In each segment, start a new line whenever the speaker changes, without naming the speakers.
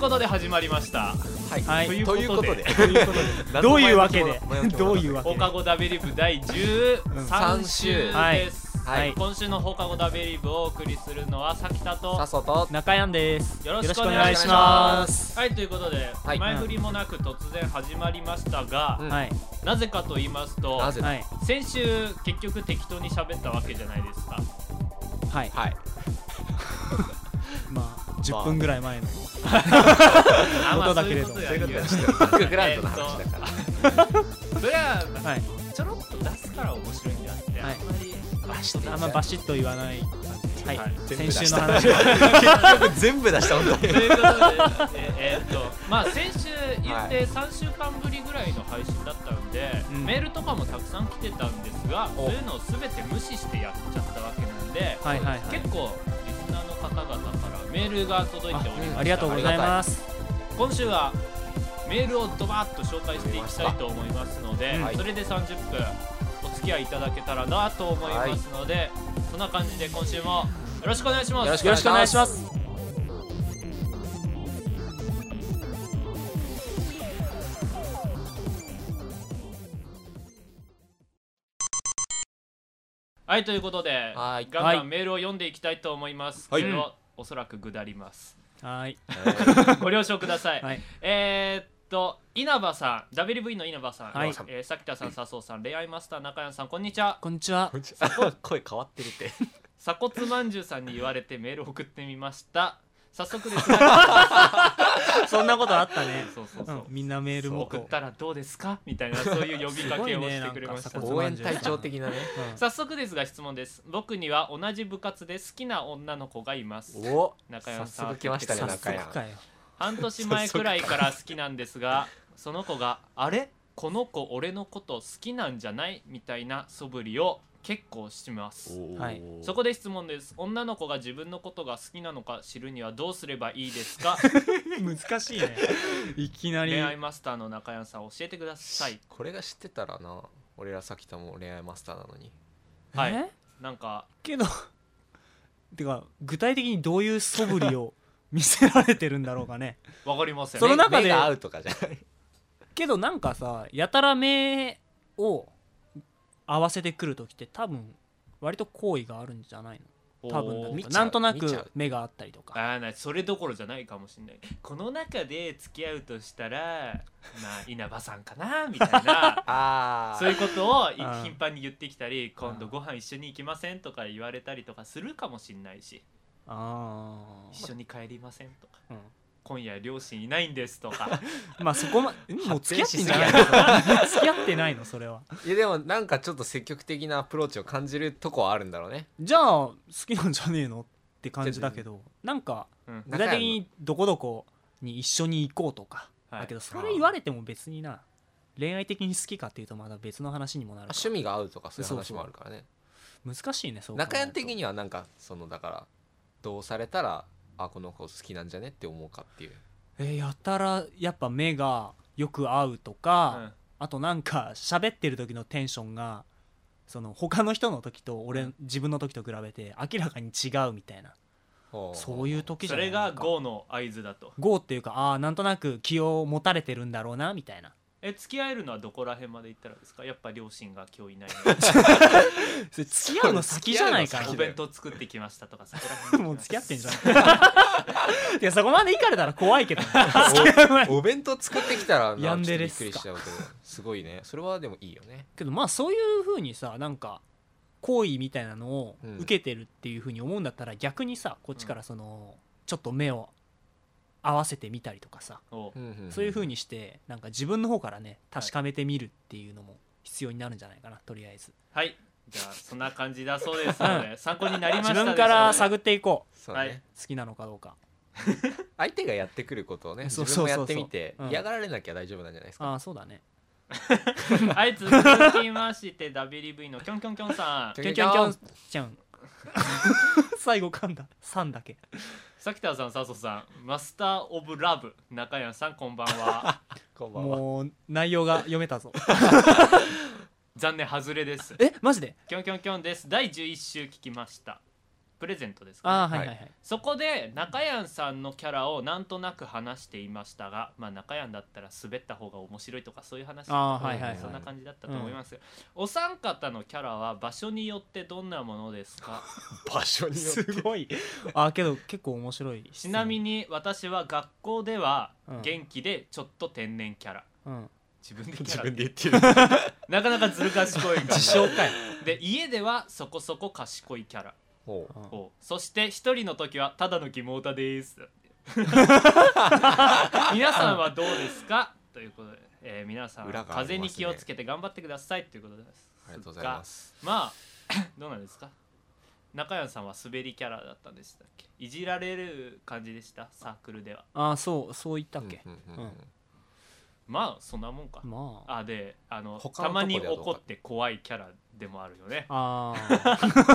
ことで始まりました
はい、
はい
と いうことで
ということで
どういうわけで
何の前置きも
どういうわけ
放
で
課後ダベリブ第13週です、
はいはい
今週の放課後ダベリブをお送りするのはさきたと
さっそと
中山です
よろしくお願いし
ま
ますす
はいということで、
はい
前振りもなく突然始まりましたが、
うん
はい
なぜかと言いますと
なぜ
はい
先週結局適当に喋ったわけじゃないですか
はい
はい
まあ10分ぐらい前の
あまあ
音だけれど
そう
そういう
い
こ
うこと
とで
や
してバックグラウンドの話だから
それは
はい
ちょろっと出すから面白いんであって、
はい
あんまり
バシッと
あんまバシッと言わないはい
はい
先週の 話
全部出した本当
と
に
いうことで、ええーっとまあ先週言って3週間ぶりぐらいの配信だったんで、
うん
メールとかもたくさん来てたんですが
お
そういうのを全て無視してやっちゃったわけなんで、
はいはいはい
結構リスナーの方々からメールが届いておりました
ありがとうございます
今週はメールをドバッと紹介していきたいと思いますので、
はい
それで30分お付き合いいただけたらなと思いますので、そんな感じで今週もよろしくお願いします
よろしく
よろしくお願いします
はいということで
はい
ガンガ
はい
ンメールを読んでいきたいと思います
は
け
い
ど、おそらく下ります
はい
ご了承くだ さい、
はい
えーっと稲葉さん WV の稲葉さん、
はい
えー、さきたさん笹生さん恋愛マスター中谷さんこんにちは
こんにちは
声変わってるって
鎖骨まんじゅうさんに言われてメール送ってみました早速です が
そんなことあったね
そうそう
う
そう、
んみんなメールも
送ったらどうですかみたいなそういう呼びかけをしてくれまし
す
た、
ごいねなんか鎖骨
応援隊長的なね
早速ですが質問です僕には同じ部活で好きな女の子がいます
お
中山さん
早速来ましたね
早
中
速
山
かよ
半年前くらいから好きなんですがその子が「あれこの子俺のこと好きなんじゃない?」みたいな素振りを結構します
はい
そこで質問です女の子が自分のことが好きなのか知るにはどうすればいいです か
難しいねいきなり
恋愛マスターの中山さん教えてください
これが知ってたらな俺らさきとも恋愛マスターなのに
はい
え
なんか
けどてか具体的にどういう素振りを見せられてるんだろうかね
わかりません
その中で
目が合うとかじゃない
けどなんかさやたら目を合わせてくる時って多分割と好意があるんじゃないの多分だ
おー
け
見ち
ど
ゃう
なんとな
見ちゃ
く
う
目があったりとか
あーなそれどころじゃないかもしれないこの中で付き合うとしたらまあ稲葉さんかなみたいな
あ
そういうことをい
あー
頻繁に言ってきたり今度
あー
ご飯一緒に行きませんとか言われたりとかするかもしれないし
あ
一緒に帰りませんとか
ー、
今夜両親いないんですと か
うん、まあそこまんもう付き合ってんじゃないの 付き合ってないのそれはい
やでもなんかちょっと積極的なアプローチを感じるとこはあるんだろうね
じゃあ好きなんじゃねえのって感じだけどなんか
うん
具体的にどこどこに一緒に行こうとか、
はい
だけどそれ言われても別にな恋愛的に好きかっていうとまだ別の話にもなるから
趣味が合うとかそういう話もあるからね
難しいねそう考えると
中山的にはなんかそのだからどうされたらあこの子好きなんじゃねって思うかっていう
えーやたらやっぱ目がよく合うと
う
か、
ん
あとなんか喋ってる時のテンションがその他の人の時と俺自分の時と比べて明らかに違うみたいなそういう時じ
そ
ゃない
れが
なんか
GO の合図だと
ゴーっていうかああなんとなく気を持たれてるんだろうなみた いな
え付き合えるのはどこら辺まで行ったらですかやっぱ両親が今日いないの
それ付き合うの先じゃないか
付き合う
お
の先
な
だよ
弁当作ってきましたとかそこら辺
もう付き合ってんじゃんいやそこまでいかれたら怖いけ どね付き合う前
おお弁当作ってきたらな
やんで
ちょ
れ
っ
っ
とびっくり
すか
しちゃうけどすごいねそれはでもいいよね
けどまあそういうふうにさなんか好意みたいなのを
うん
受けてるっていうふうに思うんだったら逆にさこっちからそのちょっと目を合わせてみたりとかさ
おう
そういうふう
に
にしてなんか自分の方からね確かめてみるっていうのも必要になるんじゃないかなとりあえず
はいじゃあそんな感じだそうですので参考になりました
自
でしょう
分から探っていこう
そうね、
はい
好きなのかどうか
相手がやってくることをね自
そう
分
そうそう
もやってみて
そうそううん
嫌がられなきゃ大丈夫なんじゃないですか
ああそうだね
はい続きまして WV のキョンキョンキョンさん
キ
キ
ョ
ョ
ン
ン
キ
キ
ョ
ョ
ン
ン
キ
キ
ョ
ョ
ン
ンちゃん 最後噛んだ3だけ
さきたさん佐藤さんマスター・オブ・ラブ中谷さんこんばん は
こんばんは
もう内容が読 めたぞ
残念外れです
えマジで
キョンキョンキョンです第11週聞きましたプレゼントですかね、
ああはいはいはい、
そこで中谷さんのキャラをなんとなく話していましたが、まあ、中谷だったら滑った方が面白いとかそういう話と
あ
か
ーはい
はいはい
そんな感じだったと思います、お三方のキャラは場所によってどんなものです か
場所によって
すごいあけど結構面白い
ちなみ
に、
に私は学校では
うん
元気でちょっと天然キャラ、
うん、
自分でキ
自
ャラ
分で言ってる
なかなかずる賢いから
自称かい
で家ではそこそこ賢いキャラ
ほ
うん
おそして一人の時はただのキモータ です。皆さんはどうですかということで、えー皆さん、
裏があります
風
ね
に気をつけて頑張ってくださいということです。
ありがとうございます
が。まあ どうなんですか中山さんは滑りキャラだったんでしたっけいじられる感じでしたサークルでは。
ああそうそう言ったっけ、
うんうんうんうん
まあそんなもんか。
まあ
あであのた
他のとこ
まに
ではどう
怒
か
って怖いキャラでもあるよね。
あ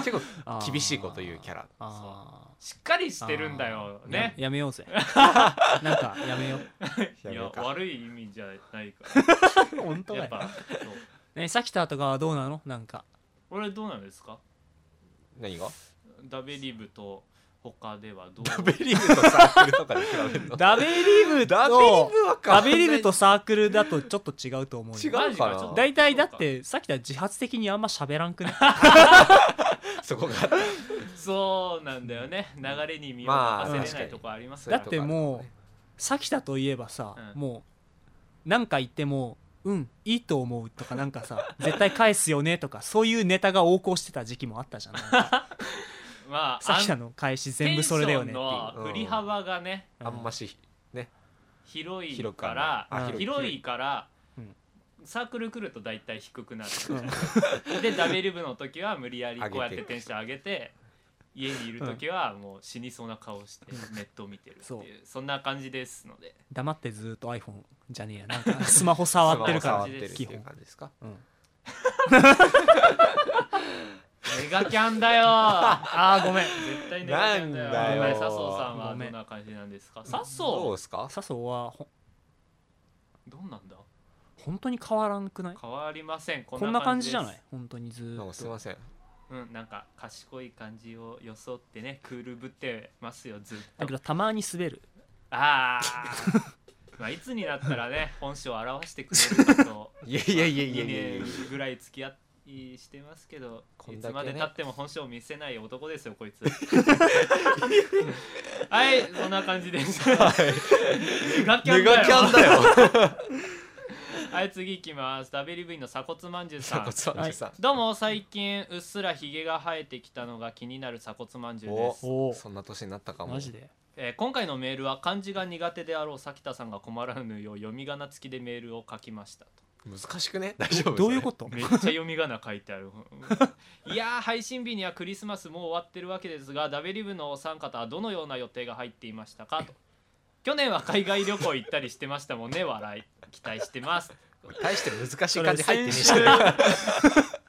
結構
あ
厳しいこと言うキャラ
あ
しっかりしてるんだよ
ー
ね。
ややめようぜなんかやめよう
いや悪い意味じゃないか
本当
ら。
だ
やっ
よ、
ぱそう
ね、さきたとかはどうなのなんか
俺どうなんですか
何が
ダベリブと他ではどう
ダベリブとサークルとかで比べるの
ダベリブと
ダベリブはか
ダベリブとサークルだとちょっと違うと思うよ
違う
マジ
違うかな
ちょと
大体だってさきた自発的にあんま喋らんくね
そこが
そうなんだよね流れに身を
まあ
任せれな
確か
い
に
とこあります
そうい
か
う
ら
と
だっ
こ
てもう
ある
さきたといえばさ、
うん
もうなんか言っても「うんいいと思う」とかなんかさ 「絶対返すよね」とかそういうネタが横行してた時期もあったじゃんなん か
まあ
さきた
あん
の返し全部それだよねってい
テン
う
ションの振り幅がね
からねあんまし
広い
広く
か
は
ら
ないあ
うん
広いから
うん
サークル来ると大体低くな
う
る
ん
でダベリブの時は無理やりこうやって
上げて
テンション上げて家にいる時はもう死にそうな顔してネットを見てるって
そう
いうそんな感じですので
黙ってずーっと iPhone じゃねえやなんかスマホ触ってるから
触ってるっていう感じですか
うん
メガキャンだよー
あーごめん
絶対狙ってんだよ。
なんだよ
はい笹生さんは
ごめ
ど
ん
んな感じなんですか。笹
どう
生
ですか
笹生はほ
どうなんだ。
本当に変わらんくない
変わりません。こ
こんな感じじゃ
です
ない。本当にず
なんか
ーっ
すい
と
ません
うん、なんか賢い感じを装ってね、クールぶってますよずっ
だけ
と。
どたまに滑る
ああ。まあいつになったらね、本性を表してくれるかと。
いやいやいやいや
2
いやいや
年ぐらい付き合いしてますけど、
こ
い
んだ
つ
けね
までたっても本性を見せない男ですよこ いつ。はい、そんな感じです。 メガキャ
メ
ンだ
ガ
よ
キャンだよ
はい次いきますダベリブインの鎖骨まんじゅうさん
こっちはさ
どうも最近うっすらひげが生えてきたのが気になる鎖骨まんじゅうです、
お
そんな年になったかも
マジで
えー今回のメールは漢字が苦手であろう咲田さんが困らぬよう読み仮名付きでメールを書きましたと
難しくね大丈夫
どういうことと
めっちゃ読み仮名書いてあるいやー配信日にはクリスマスもう終わってるわけですがダベリブのお三方はどのような予定が入っていましたかと去年は海外旅行行ったりしてましたもんね笑い期待してます
大して難しい感じ入ってねえし
それ先週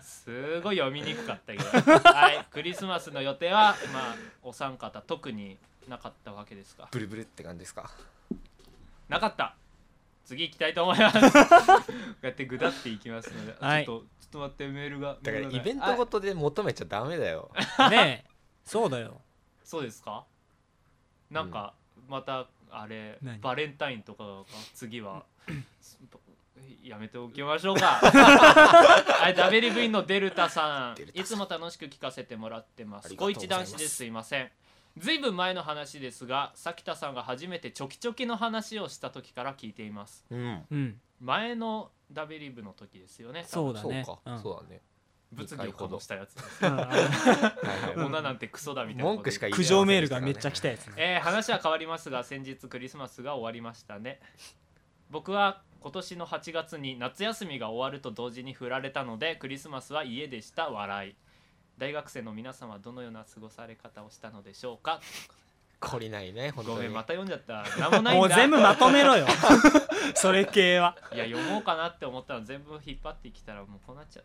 すごい読みにくかったけどはいクリスマスの予定はまあお三方特になかったわけですか
ブルブルって感じですか
なかった次行きたいと思いますこうやってグダっていきますので、
はい
ちょっとちょっと待ってメールが
だから
メールが
イ
ない
ベント
あ
ごとで求めちゃダメだよ
ねえそうだよ
そうですかなんか、またあれ
何
バレンタインとかが次はやめておきましょう かはい、ダベリブインのデルタさん
デルタさん
いつも楽しく聞かせてもらってま
あ
す
りがと
小
うご
一
ざいま
男
す
子ですいませんずいぶん前の話ですが咲田さんが初めてチョキチョキの話をした時から聞いています
うん
うん
前のダベリブの時ですよね
そうだ
そう
ね
か
うん
そうだね
物議をこぼしたやつです
う んあの
はいはい
女なんてクソだみたいなこと
文句しか言いませんで
苦
した
情メールがめっちゃ来たやつね
えー話は変わりますが先日クリスマスが終わりましたね僕は今年の8月に夏休みが終わると同時に振られたのでクリスマスは家でした笑い大学生の皆さんはどのような過ごされ方をしたのでしょうか
懲りないね本当
ご
に
めんまた読んじゃった何もないんだ
もう全部まとめろよ それ系はい
や読もうかなって思ったら全部引っ張ってきたらもうこうなっちゃ っ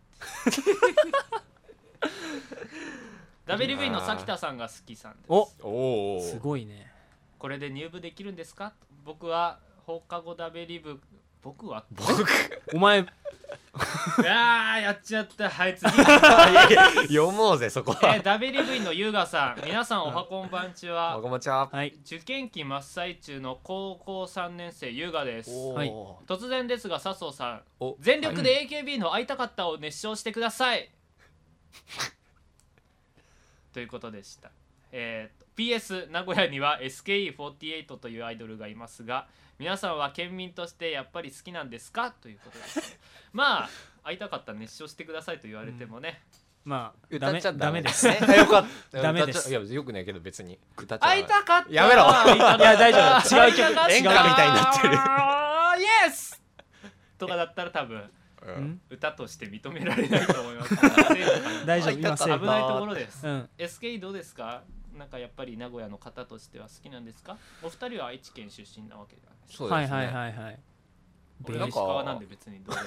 て WV の咲田さんが好きさんです
お
おお
すごいね
これで入部できるんですか僕は放課後ダベリブ僕は
僕
お前
うわーやっちゃったはい 次
読もうぜそこ
え
は
ー WV の優雅さん皆さんおはこんばんち
あ
は
ごまちゃん
はい
受験期真っ最中の高校3年生優雅です
おー
はい
突然ですが笹生さん
お
全力で AKB の会いたかったを熱唱してください。 ということでした。えーと PS 名古屋には SKE48 というアイドルがいますが皆さんは県民としてやっぱり好きなんですかということです。まあ会いたかった熱唱してくださいと言われてもね、
まあ
歌
ダ
っ
メ
ちゃダ
ダ
メ
メです
ねよかった
ダメで
歌
す
っちゃいやよくないけど別に歌っちゃダ
会
メ
いたかった
やめろ
会たかった
いや大丈夫違う曲
会たかった
演歌みたいにな
ってる
あーイエスとかだったら多分
うん
ん
歌として認められないと思い ます
大丈
あ痛か
夫今
った
セー
危
フ
ないところです、
うん
SK どうですかなんかやっぱり名古屋の方としては好きなんですかお二人は愛知県出身なわけじゃないですか
そう
は
で
い
す
はい
ね
はいはい
俺
な
は
ん
石
か
川なんで別にどうで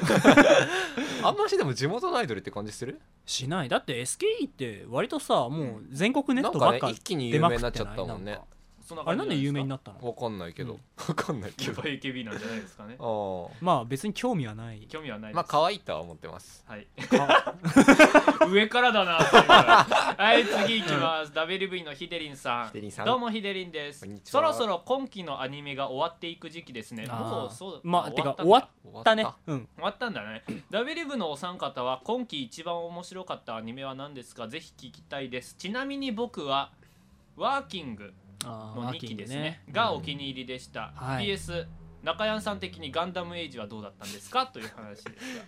も
あんましでも地元のアイドルって感じする
しないだって SKE って割とさもう全国ネ
な
ッ
ん
ト
か
ばっ
ね
か
一気に
出
有
ま
名
くっ
に
て
な
な
っ
い
ちゃったもんね
か
そんな
あれ
感
な
じ
ん
じ
で
ゃいすか
有名になったの
わかんないけ
う
ど
ん
わかんないけ
やっ
ど
ぱ AKB なんじゃないですか ね
あ
まあ別に興味はない
興味はない
あ
です
まあ可愛いとは思ってます
はい
か
上からだなっていうはい次いき ます WV のヒデリンさん
ヒデリンさん
どうもヒデリンです
こんにち
そ
は
ろそろ今期のアニメが終わっていく時期ですね
あー
もうそう
まあてか
った
終わっ
終わ
たねうん
終わったんだね W リブのお三方は今季一番面白かったアニメは何ですかぜひ聞きたいですちなみに僕はワーキング
あー
の
ワ
2
ーキ
期
ング
ですねがお気に入りでした、
うんはい
PS 中山さん的にガンダムエイジはどうだったんですかという話ですが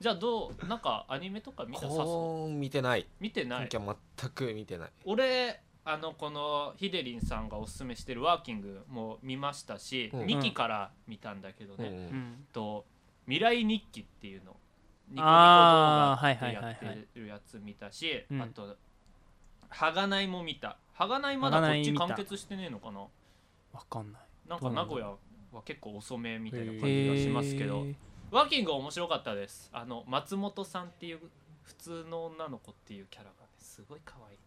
じゃあどうなんかアニメとか見たさそう
こう見てない
見てない
今期は全く見てない
俺あのこのヒデリンさんがおすすめしてるワーキングも見ましたし、
うん
二2期から見たんだけどね、
うん
うん
と「未来日記」っていうのニコニコ動
あー
画で
はいは
や
いはいはい
ってるやつ見たし
うん
あと「はがない」も見た「はがない」まだこっち完結してねえのかな
わかんない
なんか名古屋は結構遅めみたいな
へ
感じ
ー
がしますけど
へー
ワーキングは面白かったですあの松本さんっていう普通の女の子っていうキャラがねすごい可愛い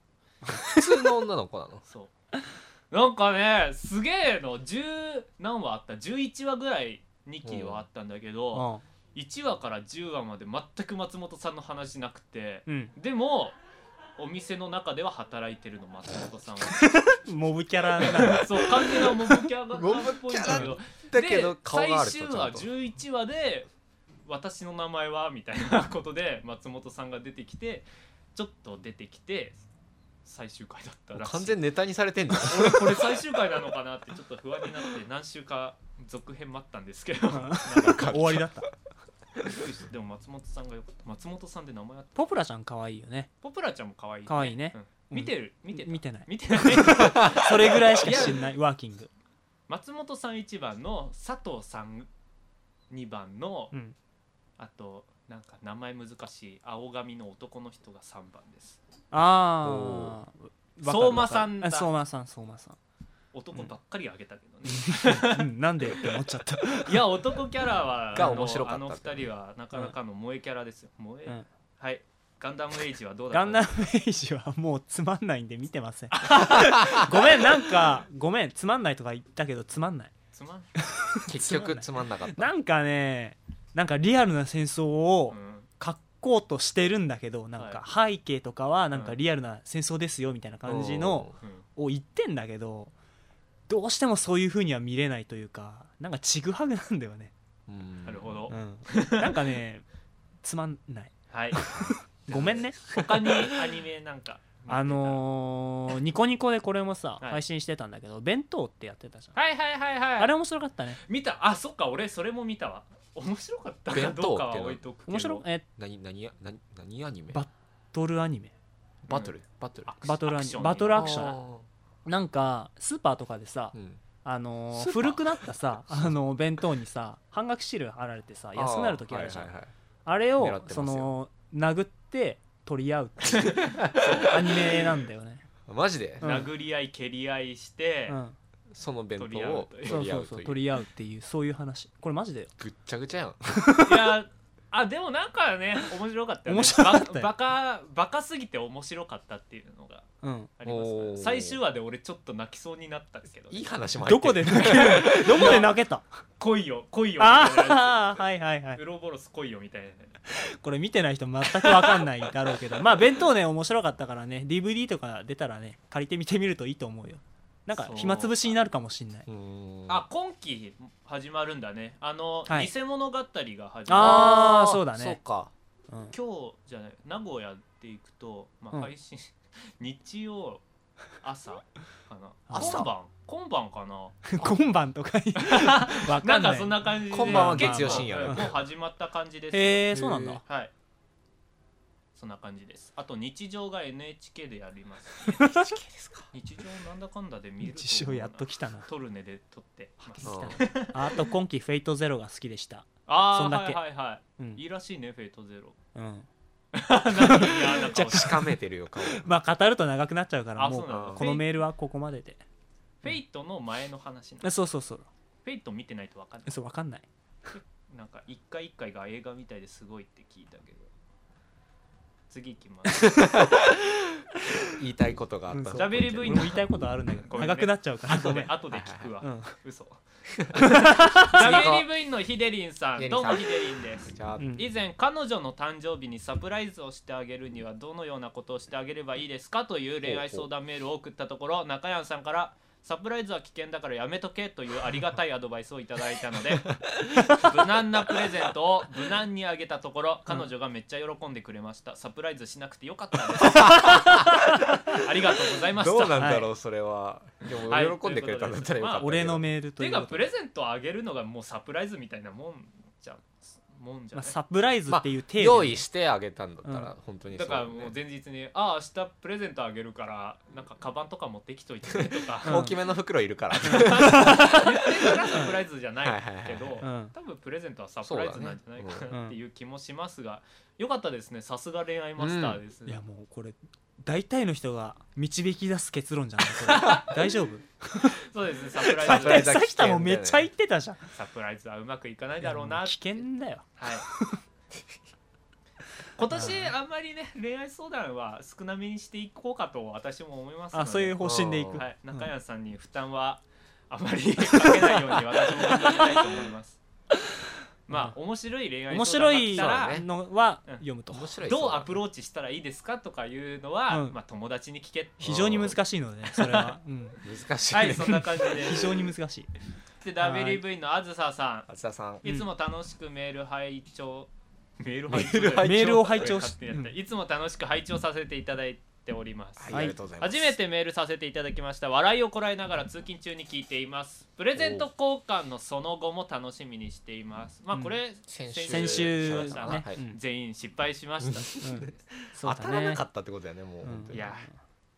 普通の女の子なの
そう なんかねすげえの10何話あった11話ぐらい2期はあったんだけど、1話から10話まで全く松本さんの話なくて
うん
でもお店の中では働いてるの松本さん
うんモブキャラな の
はそう完全なモブキャラ
モブキャラ
っぽいんだけど
だけど
で
顔があ
最
るとち
終
ゃんと
話11話で「私の名前は?」みたいなことで松本さんが出てきてちょっと出てきて最終回だったらしい
完全ネタにされてんだ
俺これ最終回なのかなってちょっと不安になって何週か続編待ったんですけどなんか
終わりだった
びっくりしたでも松本さんがよかった松本さんで名前あった
ポプラちゃん可愛いよね
ポプラちゃんも可愛い、ね。
可愛いね
うん見てる、見てた
見てない
見 てない。
それぐらいしか知んないワーキング
松本さん一番の佐藤さん二番の、
うん
あとなんか名前難しい青髪の男の人が三番です。
ああ
相馬さんだ
相馬さん相馬さん
男ばっかりあげたけどね。
うんなんでって思っちゃった
いや男キャラは
が
あの
面白かった
あの二人はなかなかの萌えキャラですよ。萌え、
うん
はい。ガンダムエイジはどうだ
ガ
ったの
ンダムエイジはもうつまんないんで見てま せんごめんなんかごめんつまんないとか言ったけどつまんない
つまん、
結局つまんなかった
なんかねなんかリアルな戦争を
うん
書こうとしてるんだけどなんか背景とかはなんかリアルな戦争ですよみたいな感じの
うん
を言ってんだけどどうしてもそういう風には見れないというかなんかちぐはぐなんだよね、
うんうん
なるほど。
うん、なんかねつまんない
はい。
ごめんね
他にアニメなんか見てた。
あのー、ニコニコでこれもさ、
はい
配信してたんだけど弁当ってやってたじゃん、
はいはいはいはい。
あれ面白かったね
見たあそっか俺それも見たわ面白かったか
弁
ど
当
う
って
か
のは
は置いとくけど
面白え
何何何何アニメ
バドルアニメ
バトルバトル
アクシ
バトルアニメ
ション
バトルアクション
あ
なんかスーパーとかでさ、
ーうん
あのー
スーパー
古くなったさあのー弁当にさ半額シール貼られてさ安くなる時あるじゃんあ,、
はいはいはい
れ
狙っ
を
てますよ
その殴って取り合う っていうそうアニメなんだよね、
マジで
うん
殴り合い蹴り合いして、
うん、
その弁当を
取り
そ
取
う
り
そ
合
う
う
そ
と
う
いう
取り合うっていうそういう話これマジで
ぐっちゃぐちゃやん
いやあでもなんかね面白かったよね
面白かったよ
バカバカすぎて面白かったっていうのが
うん
ありますから
おー
最終話で俺ちょっと泣きそうになったけど、
いい話も入
ど
って
こ
る
で 泣けるどこで泣けた
来いよ来いよみたいなや
ああはいはいは
つ
い
ウロボロス来いよみたいな
これ見てない人全くわかんないだろうけどまあ弁当ね面白かったからね DVD とか出たらね借りて見てみるといいと思うよなんか
そう
暇つぶしになるかもしんないう
ーん
あ今期始まるんだねあの、
はい
偽物語が始まる
あー
ー
そうだね
そうか
うん
今日じゃない名古屋で行くと、ま
う
あ、
ん
配信、 日曜朝か な
朝
今晩今晩かな
今晩とか に
なん
わかん
か
ない
そんな感じで
こ
んばんは
結構
月曜深
夜
うんもう始まった感じです
へえそうなんだ
はいそんな感じですあと日常が NHK でやります
NHK ですか
日常なんだかんだで見ると思うな
日常やっときたな
トルネで撮ってます
うん
ああと今期「フェイトゼロが好きでした
あ
そ
あ
んだ
は
け
いはいは
う
い
ん
いいらしいねフェイト ゼロ
うん
なんか嫌な顔して
しかめてるよ顔
まあ語ると長くなっちゃうか ら
あ
も
そう
う
なんだ
このメールはここまでで
フェイトの前の話な
あそうそうそう
フェイト見てないと分かんない
そうわかんない
なんか一回一回が映画みたいですごいって聞いたけど次行きます
言いたいことがあっ
うん
た
そう
ダベリブイの
言いたいことあるんだけ
ご
ど
めんね
長くなっちゃうからご
後
め
で
ん
後で聞くわ、
うん
嘘ダベリブイのヒデリンさ
ヒデリ
んど
ン
う
さん
もヒデリンです
じゃあ
うん
以前彼女の誕生日にサプライズをしてあげるにはどのようなことをしてあげればいいですかという恋愛相談メールを送ったところ中山さんからサプライズは危険だからやめとけというありがたいアドバイスをいただいたの で無難なプレゼントを無難にあげたところ彼女がめっちゃ喜んでくれましたサプライズしなくてよかった ですありがとうございました
どうなんだろうそれはで
はい
も喜んでくれたんだったらよかったけど
と
俺のメールと
て
い
いうう
こ
か
と
プレゼントをあげるのがもうサプライズみたいなもんじゃもんじゃ
ま
な
あ、
い、
サプライズっていう程度、
用意してあげたんだった
う
ら本当にそ
だ
う
から
ね
もう前日に「ああ明日プレゼントあげるからなんかカバンとか持ってきといてね」とか
うん
大きめの袋いるから
言ってからサプライズじゃないけ
はいはい
ど
はいはいうん
多分プレゼントはサプライズなんじゃないか
そう
だね
な
うん
っていう気もしますがよかったですねさすが恋愛マスターです
い
ね
やもうこれ大体の人が導き出す結論じゃないこれ大丈夫
そうですねサプラ
大
イズ
ライ
体
ズは危険
さ
だよね
きたもめっちゃ言ってたじゃん
サプライズはうまくいかないだろう
いやも
な
危険だよ
はい今年あんまりね恋愛相談は少なめにしていこうかと私も思いますので
あそういう方針でいく、
はい、
うん
中谷さんに負担 はあまりかけないように私も頑張りたいと思います。まあ面白い恋愛
面
相談が
白
来
い
たら、
そうだね
のは
うん
読むと、
面白い
どうアプ
ロ
ローチしたらいいですかとかいうのは、
うん
まあ友達に聞け。
非常に難しいのでねそれは、うん、
難しいね
はい、そんな感じで
非。常に難しい
で WV のあずささ
松田さん
ん、いつも楽しくメール拝聴、メール
メール拝聴
メールを拝
聴
聴
し
してて、
や
う
って
ん
いつも楽しく拝聴させていただいております。
はいありがとうございます
初めてメールさせていただきました笑いをこらえながら通勤中に聞いていますプレゼント交換のその後も楽しみにしていますまあ
うん
これ、
先週
先週
しました
ね、
はい
うん
全員失敗しました
うんそ
当
うだね
たらなかったってことだよねもう
うん
本当
い
に
や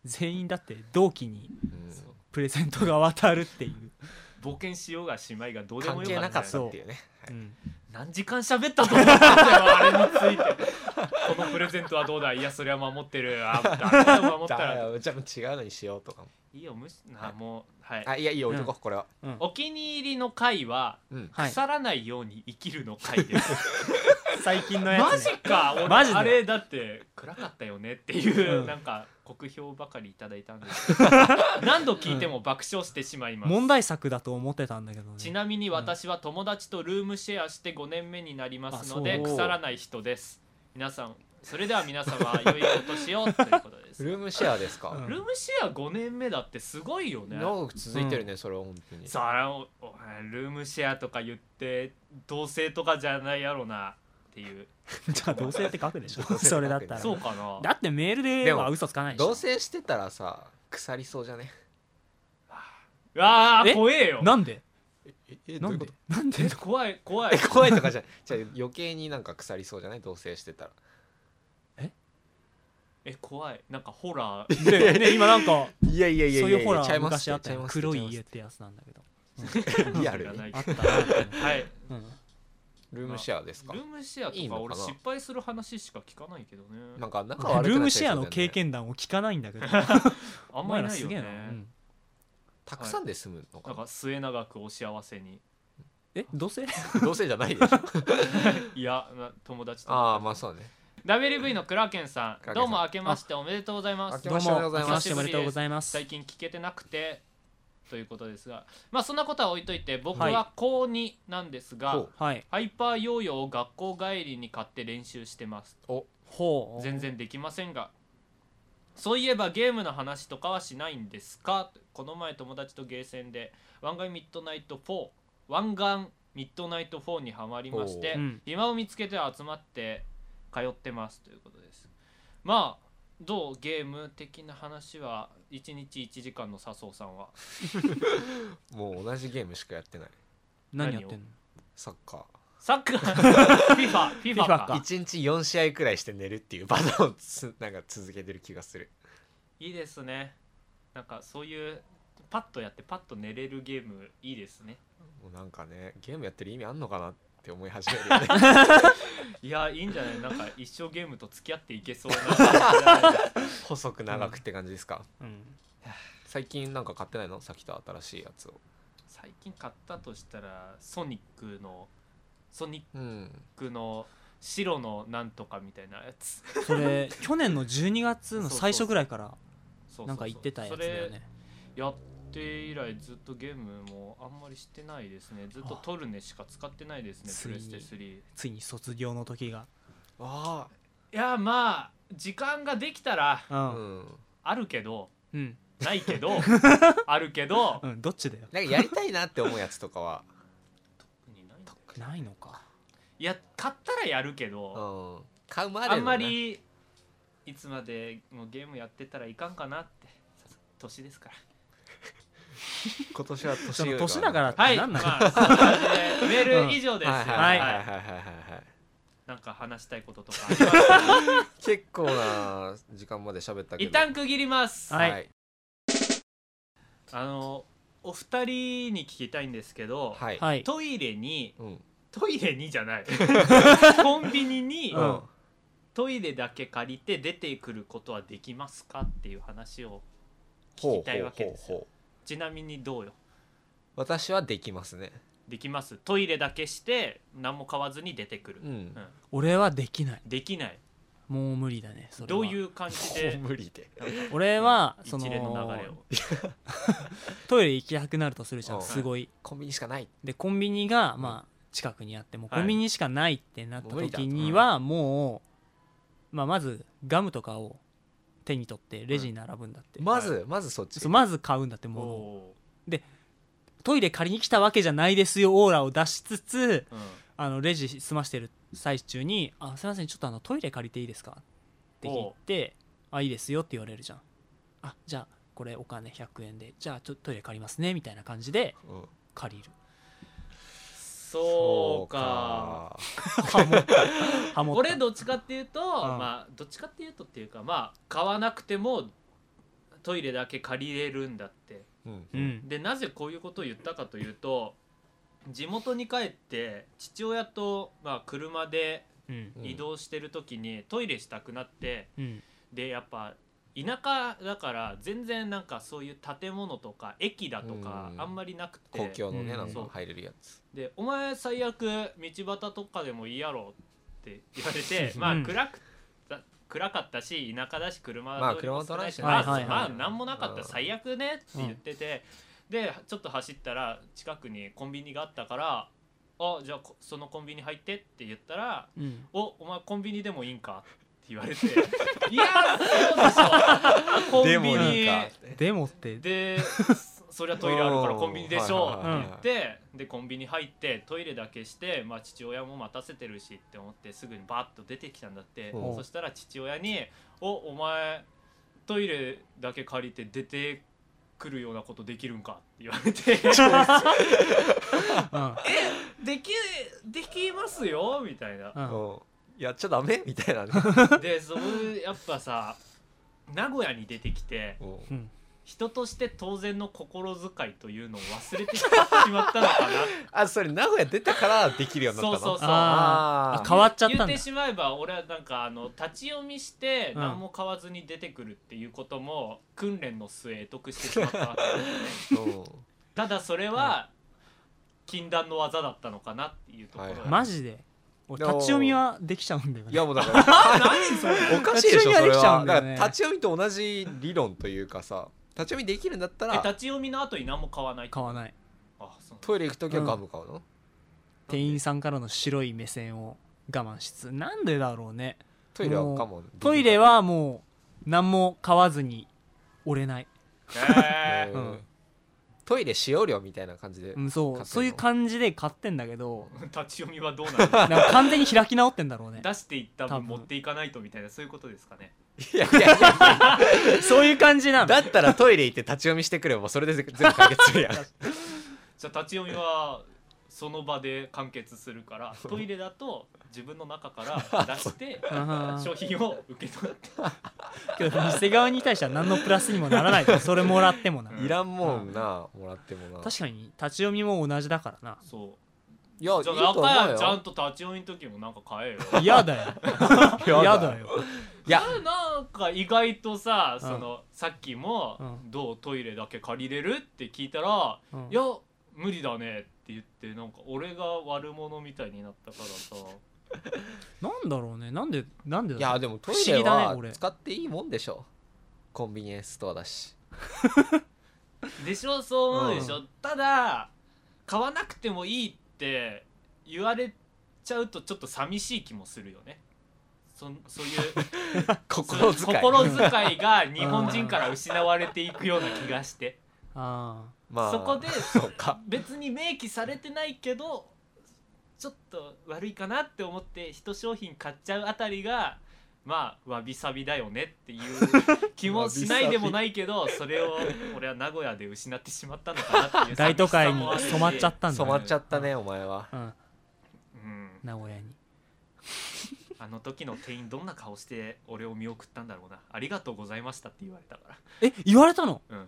全員だって同期に
うん
そう
プレゼントが渡るっていう、
冒険しようがしまいがどうで
関
も
係
よか
な
っ
か
た
ったっていうね
うん
何時間喋ったと思ったんだよあれについてこのプレゼントはどうだいやそれは守ってるあ誰も守っ
じ
た
ゃ
ら
あじゃあ違うのにしようとかも
いいよ無視なもうはい、
あいやいいよ置いとこうこれは
うん
お気に入りの回は
うん
はい、
腐らないように生きるの回です
最近のや
マ
つ、ね、
ジか俺
マジで
あれだって暗かったよねっていう、
うん
なんか酷評ばかりいただいたん ですけど何度聞いても爆笑してしまいます、
問題作だと思ってたんだけどね
ちなみに私は友達とルームシェアして5年目になりますので
あそう
腐らない人です皆さんそれでは皆様良いお年をということですル
ルームシェアですか
うん
ームシェア5年目だってすごいよね
長く続いてるねそれは本当に
さあおお前ルームシェアとか言って同性とかじゃないやろなっていう
じゃあ同性って書く でしょ
同性って書くね
それだったら
そうかな
だってメールでは嘘つかないでしょ
同棲してたらさ腐りそうじゃね
うわあ
え
怖えよ
なんで
ええ
なんでなんで
怖い怖い
え怖いとかじゃ じゃあ余計になんか腐りそうじゃない同棲してたら
え怖いなんかホラー
ねね今なんか
いやいや
そういうホラー昔
ちゃ
あ
い
ったよ
ます
黒い家っ
ち
てやつなんだけど
ゃいますリアル
じゃな
に
い
あったな
はい
うん
ルームシェアですか
ルームシェア
いい
と
の
か
かな
俺失敗する話しか聞かないけどね
なんか仲悪くなっちゃいそうだよね
ルームシェアの経験談を聞かないんだけど
あ
お
んま
前
り
ら
ない
す
よ
げ
ね
え
な
なうん
たくさんで住むのか
ん
な
か末永くお幸せに
え同性
同性じゃないでしょ
いやな友達と
ああまあそうだね
WV のクラーケンさん
クラーケンさん
どうも明けましておめでとうございます
明けましておめでとうございます
明けましておめでとうございます
最近聞けてなくてということですがまあそんなことは置いといて僕
はい
は高2なんですが、
ほう
はい
ハイパーヨーヨーを学校帰りに買って練習してます
お
ほう
全然できませんがそういえばゲームの話とかはしないんですかこの前友達とゲーセンで「ワンガンミッドナイト4」「ワンガンミッドナイト4」にはまりまして、
お
ーうん
今を見つけては集まって通ってますということですまあどうゲーム的な話は1日1時間の笹生さんは
もう同じゲームしかやってない
何やってんの
サッカ
サッカ ー FIFA FIFA か
FIFA
ー
か
1日4試合くらいして寝るっていうパターンをつ なんか続けてる気がする
いいですねなんかそういうパッとやってパッと寝れるゲームいいですね
もうなんかねゲームやってる意味あんのかなって思い始めるよね
いやいいんじゃないなんか一生ゲームと付き合っていけそう な
細く長くって感じですか、
うん
最近なんか買ってないのさっきと新しいやつを
最近買ったとしたらソニックのソニ
うん
ックの白のなんとかみたいなやつ
それ去年の12月の最初ぐらいから
そうそうそう
なんか言ってたやつだよね
それやって以来ずっとゲームもあんまりしてないですねずっとトルネしか使ってないですね
つ
プ
い
レ
に
ステ3い
ついに卒業の時が
あ
やまあ時間ができたら
う
あうんん
あるけど
うん
ないけ どあるけど
うんどっちだよ
なんかやりたいなって思うやつとかは
ないのか
いや買ったらやるけど、
うん買うまでの
あ
ね
んまりいつまでもゲームやってたらいかんかなって年ですから
今年は
そ
年
の年だからっ
はい
てなんなの
まあそんな感じで メール以上です、
はいはいはいはいはいはいはい
なんか話したいこととかあります か
結構な時間まで喋ったけど
一旦区切ります、
はい
あのお二人に聞きたいんですけど、
はい、
はい
トイレに
うん
トイレにじゃ ないコンビニに、
うん
トイレだけ借りて出てくることはできますかっていう話を
ほうほう
聞きたいわけですよ
ほうほう
ちなみにどうよ
私はできますね
できますトイレだけして何も買わずに出てくる、
うん、
うん
俺はできない
できない
もう無理だねそれ
ど
は
ういう感じで
もう無理で
なんか
俺はそ
一連の流れを
のトイレ行きたくなるとするじゃ
うんん
すごい
コンビニしかない
でコンビニがまあ近くにあってもう
はい
コンビニしかないってなった時にはもうまあまずガムとかを手に取ってレジに並ぶんだって
まず、まずそっち
そうまず買うんだって
お
ものを
お
トイレ借りに来たわけじゃないですよオーラを出しつつ
ー、うん、
あのレジ済ましてる最中に「あすいませんちょっとあのトイレ借りていいですか?」って聞いて「あいいですよ」って言われるじゃんあじゃあこれお金100円でじゃあちょトイレ借りますねみたいな感じで
うん
借 りる
そうか
ハモったハモった
俺どっちかっていうと、まあどっちかっていうとっていうかまあ買わなくてもトイレだけ借りれるんだって
そうかうん
う、ん
でなぜこういうことを言ったかというと地元に帰って父親と、まあ、車で
うん
移動してる時にトイレしたくなって、
うん
でやっぱ田舎だから全然なんかそういう建物とか駅だとか
うん
あんまりなくて、
公共のね、
うん
なん
そ
か
う
入れるやつ
で「お前最悪道端とかでもいいやろ」って言われ てまあ
うん
暗くだ暗かったし田舎だし車
まあ
通りも少ないし
車
ま
は
あ
通らないしね
ま
はいはいは
あ
い
何もなかったら最悪ねって言ってて、でちょっと走ったら近くにコンビニがあったから「あじゃあこそのコンビニ入って」って言ったら
うん
おお前コンビニでもいいんかって言われていやそうでしょコンビニ
でもって
でそそりゃトイレあるからコンビニでしょ
うん
って言ってでコンビニ入ってトイレだけして、まあ、父親も待たせてるしって思ってすぐにバッと出てきたんだって
うん
そしたら父親に「おお前トイレだけ借りて出てくるようなことできるんか」って言われて
うん
できできますよみたいな
う
うんんやっちゃダメみた いなね
でそのやっぱさ名古屋に出てきて
うん
うん
人として当然の心遣いというのを忘れてしまったのかな
あそれ名古屋出てからできるようになったの
そうそう
あー
あ
あ
ー
変わっちゃっ
言
た
っ
んだ
てしまえば俺はなんかあの立ち読みして
うん
何も買わずに出てくるっていうことも 訓練の末得してしまったわけ
うん
ただそれは、禁断の技だったのかなっていうところ
はいはい
マジで俺立ち読みはできちゃうんだよね
いやもうだ からおかしいでしょ
立ち読みは
それ
できちゃう
は
んだ
だか
よね
ら立ち読みと同じ理論というかさ立ち読みできるんだっ
え
たら
立ち読みの後に何も買わない
買わない
あそう
トイレ行く時はガム買うの、
店員さんからの白い目線を我慢しつつなんでだろうね
トイレは
も
我
う
慢できる
トイレはもう何も買わずに折れない、
へ
うん
うん
トイレ使用料みたいな感じで、
うん、そ
買ってんの
うそういう感じで買ってんだけど
ー立ち読みはどうなるの
なんか完全に開き直ってんだろ うね
出していった
多
分
分
持っていかないとみたいなそういうことですかね
いやいやいや
そういう感じなの
だったらトイレ行って立ち読みしてくればそれで全部解決するやん
じゃあ立ち読みはその場で完結するからトイレだと自分の中から出して
あ
商
ー
品を受け取って
けど店側に対しては何のプラスにもならないからそれもらってもな
うん
いらんもんなもらってもな
確かに立ち読みも同じだからな
そ
いやいうい
じ
と
ゃあ
思う
中屋ちゃん
よ
と立ち読みの時もなんか買えよ
嫌だよ
やだ
嫌だよ
いや
なんか意外とさ
うん
そのさっきも
う
「どうトイレだけ借りれる?」って聞いたら「
うん
いや無理だね」って言ってなんか俺が悪者みたいになったからさ
なんだろうねなんでなんで
い
だろ
や
う
でもトイ
不思
レ
議だね
は
俺
使っていいもんでしょコンビニエンスストア だし
でしょそう思うでしょ、ただ買わなくてもいいって言われちゃうとちょっと寂しい気もするよねそそういう
心
そう
遣い
心遣いが日本人から失われていくような気がして
あ
まあ
そこで
そうか
別に明記されてないけどちょっと悪いかなって思って一商品買っちゃうあたりがまあわびさびだよねっていう気もしないでもないけどそれを俺は名古屋で失ってしまったのかなってい
ー
う
大都会に
寂しさ
染
も
ま
あ
っ
るし
ちゃったんだ
染
ね
まっちゃったねお前は
うん
うん、
名古屋に
あの時の店員どんな顔して俺を見送ったんだろうなありがとうございましたって言われたか
え言われたの
らうん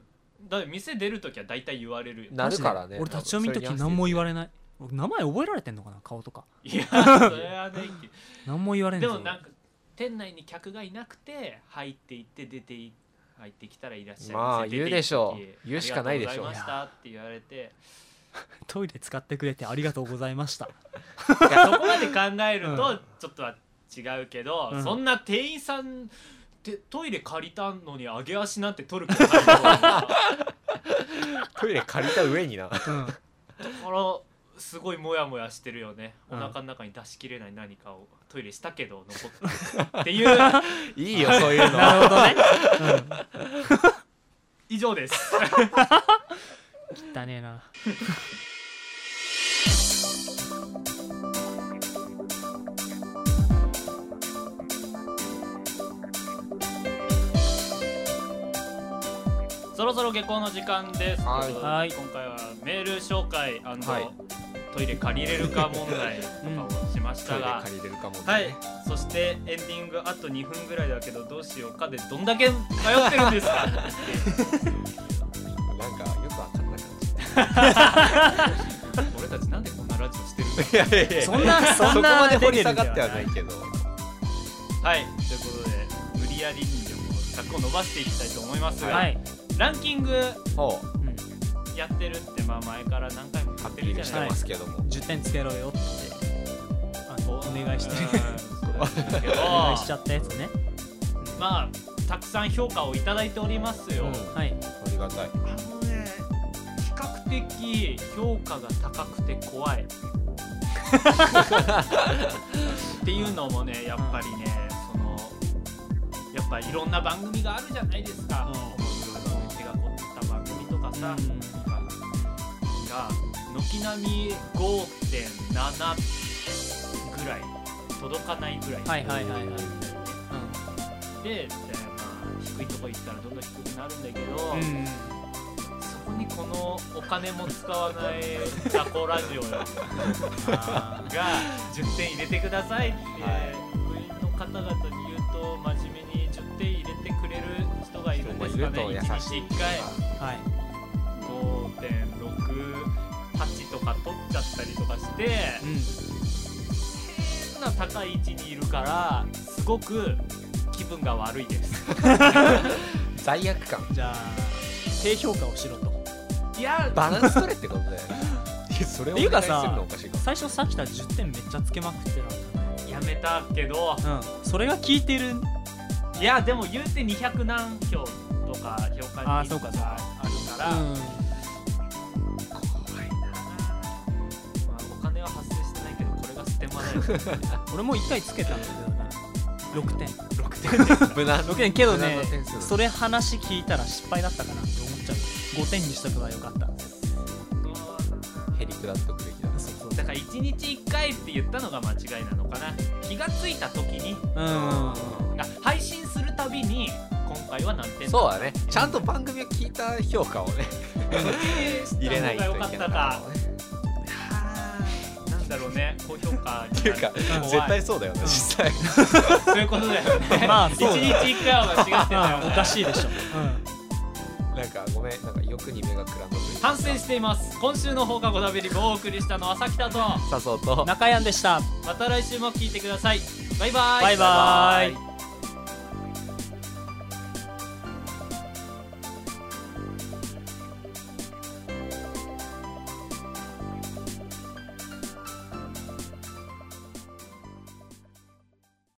だって店出る時は大体言われるよ
なるからね
マジで俺立ち読みの時何も言われない俺名前覚えられてんのかな顔とか
いやそれはないけど
何も言われん
で
ぞ
もなんか店内に客がいなくて入っていって出てい入ってきたらいらっしゃい
まあ
せ出て
言うでしょう
行って
言うしかないでしょう
ありがとうございましたって言われて
トイレ使ってくれてありがとうございました
いやそこまで考える
う
と
ん
ちょっとは違うけど、
うん
そんな店員さんでトイレ借りたのに上げ足なんて取ることないと思う から
トイレ借りた上 にな
うん
このすごいモヤモヤしてるよねお
うん
腹の中に出しきれない何かをトイレしたけど残ってるっていう
いいよそういうの
なるほどね、
以上です
うん、汚ねえな
そろそろ下校の時間です、
はい
とうことで
はい
今回はメール紹介、
はい
トイレ借りれるか問題とかをしまし
ト
た
イレ
が、
借りれるかもね
はいそしてエンディングあと2分ぐらいだけどどうしようかでどんだけ迷ってるんですか
なんかよくわかんない感じ
俺たちなんでこんなラジオしてるんだ
いやいやいや
そんな
そ
そんな
こまで掘り下がってはないけど
はい、ということで無理やりにでも尺を伸ばしていきたいと思いますが、
はい、
ランキング
ほう
うん、
やってるってまあ前から何回も言
ア
って
ピ
るじ
ール
ゃ
し
な
て
い
ま
です
すけども
10点つけろよってあ のお
か
願いしてる
うんそうですけど
お願いしちゃったやつね
まあたくさん評価をいただいておりますよ、
うん
はい
ありがた
あ
い
のね比較的評価が高くて怖 いっていうのもねやっぱりねそのやっぱいろんな番組があるじゃないですか、
うん
手が凝った番組とかさ、
うん
が軒並み5.7ぐらい届かないぐらい、
はいはいはいはい、うん、
で、まあ、低いとこ行ったらどんどん低くなるんだけど、
うん
そこにこのお金も使わない雑魚ラジオが
あー
10点入れてくださいって
はい
部員の方々に言うと真面目に10点入れてくれる人がいるんですかね
人もいる
1
と優しい
日1回
はい
5.68とか取っちゃったりとかして
う
変な高い位置にいるからすごく気分が悪い です。
罪悪感
んじゃあ低評価をしろと
いや
バランス取れってことだよねそれを
て いうか
お願い
さ
するのおかしいか
最初さっきた10点めっちゃつけまくってなかっ
やめたけど
たうんそれが効いてる
いやでも言うて200何票とか評価
あ
に
ーそうか
とかあるから、ま
怖い
あ、お金は発生してないけどこれが捨てまないから
俺も1回つけたんだけどね6点
6点でした
無難
6点けど
無難
ね
な点数だ
それ話聞いたら失敗だったかなって思っちゃう5点にしとけばよかった
へりくだっておくべきだ
そうそ う
だから1日1回って言ったのが間違いなのかな気がついた時に
うん
あ配信するたびに今回は何点
そうだねちゃんと番組を聞いた評価をね 入れないといけな
か
い
った
か
から
ね
なんだろうね高評価
っていうか
怖い
絶対そうだよね
うん
実際
そういうことだよね
まあ
1
そう
日
だ
1回は間違ってたよ
まあ
ね
おかしいでしょ
なんかごめんなんか欲に目がくらんだというか
反省しています今週の放課後ダビリブをお送りしたのはさきたと
笹生と
中山でした
また来週も聞いてくださいバイバイ
バイバイ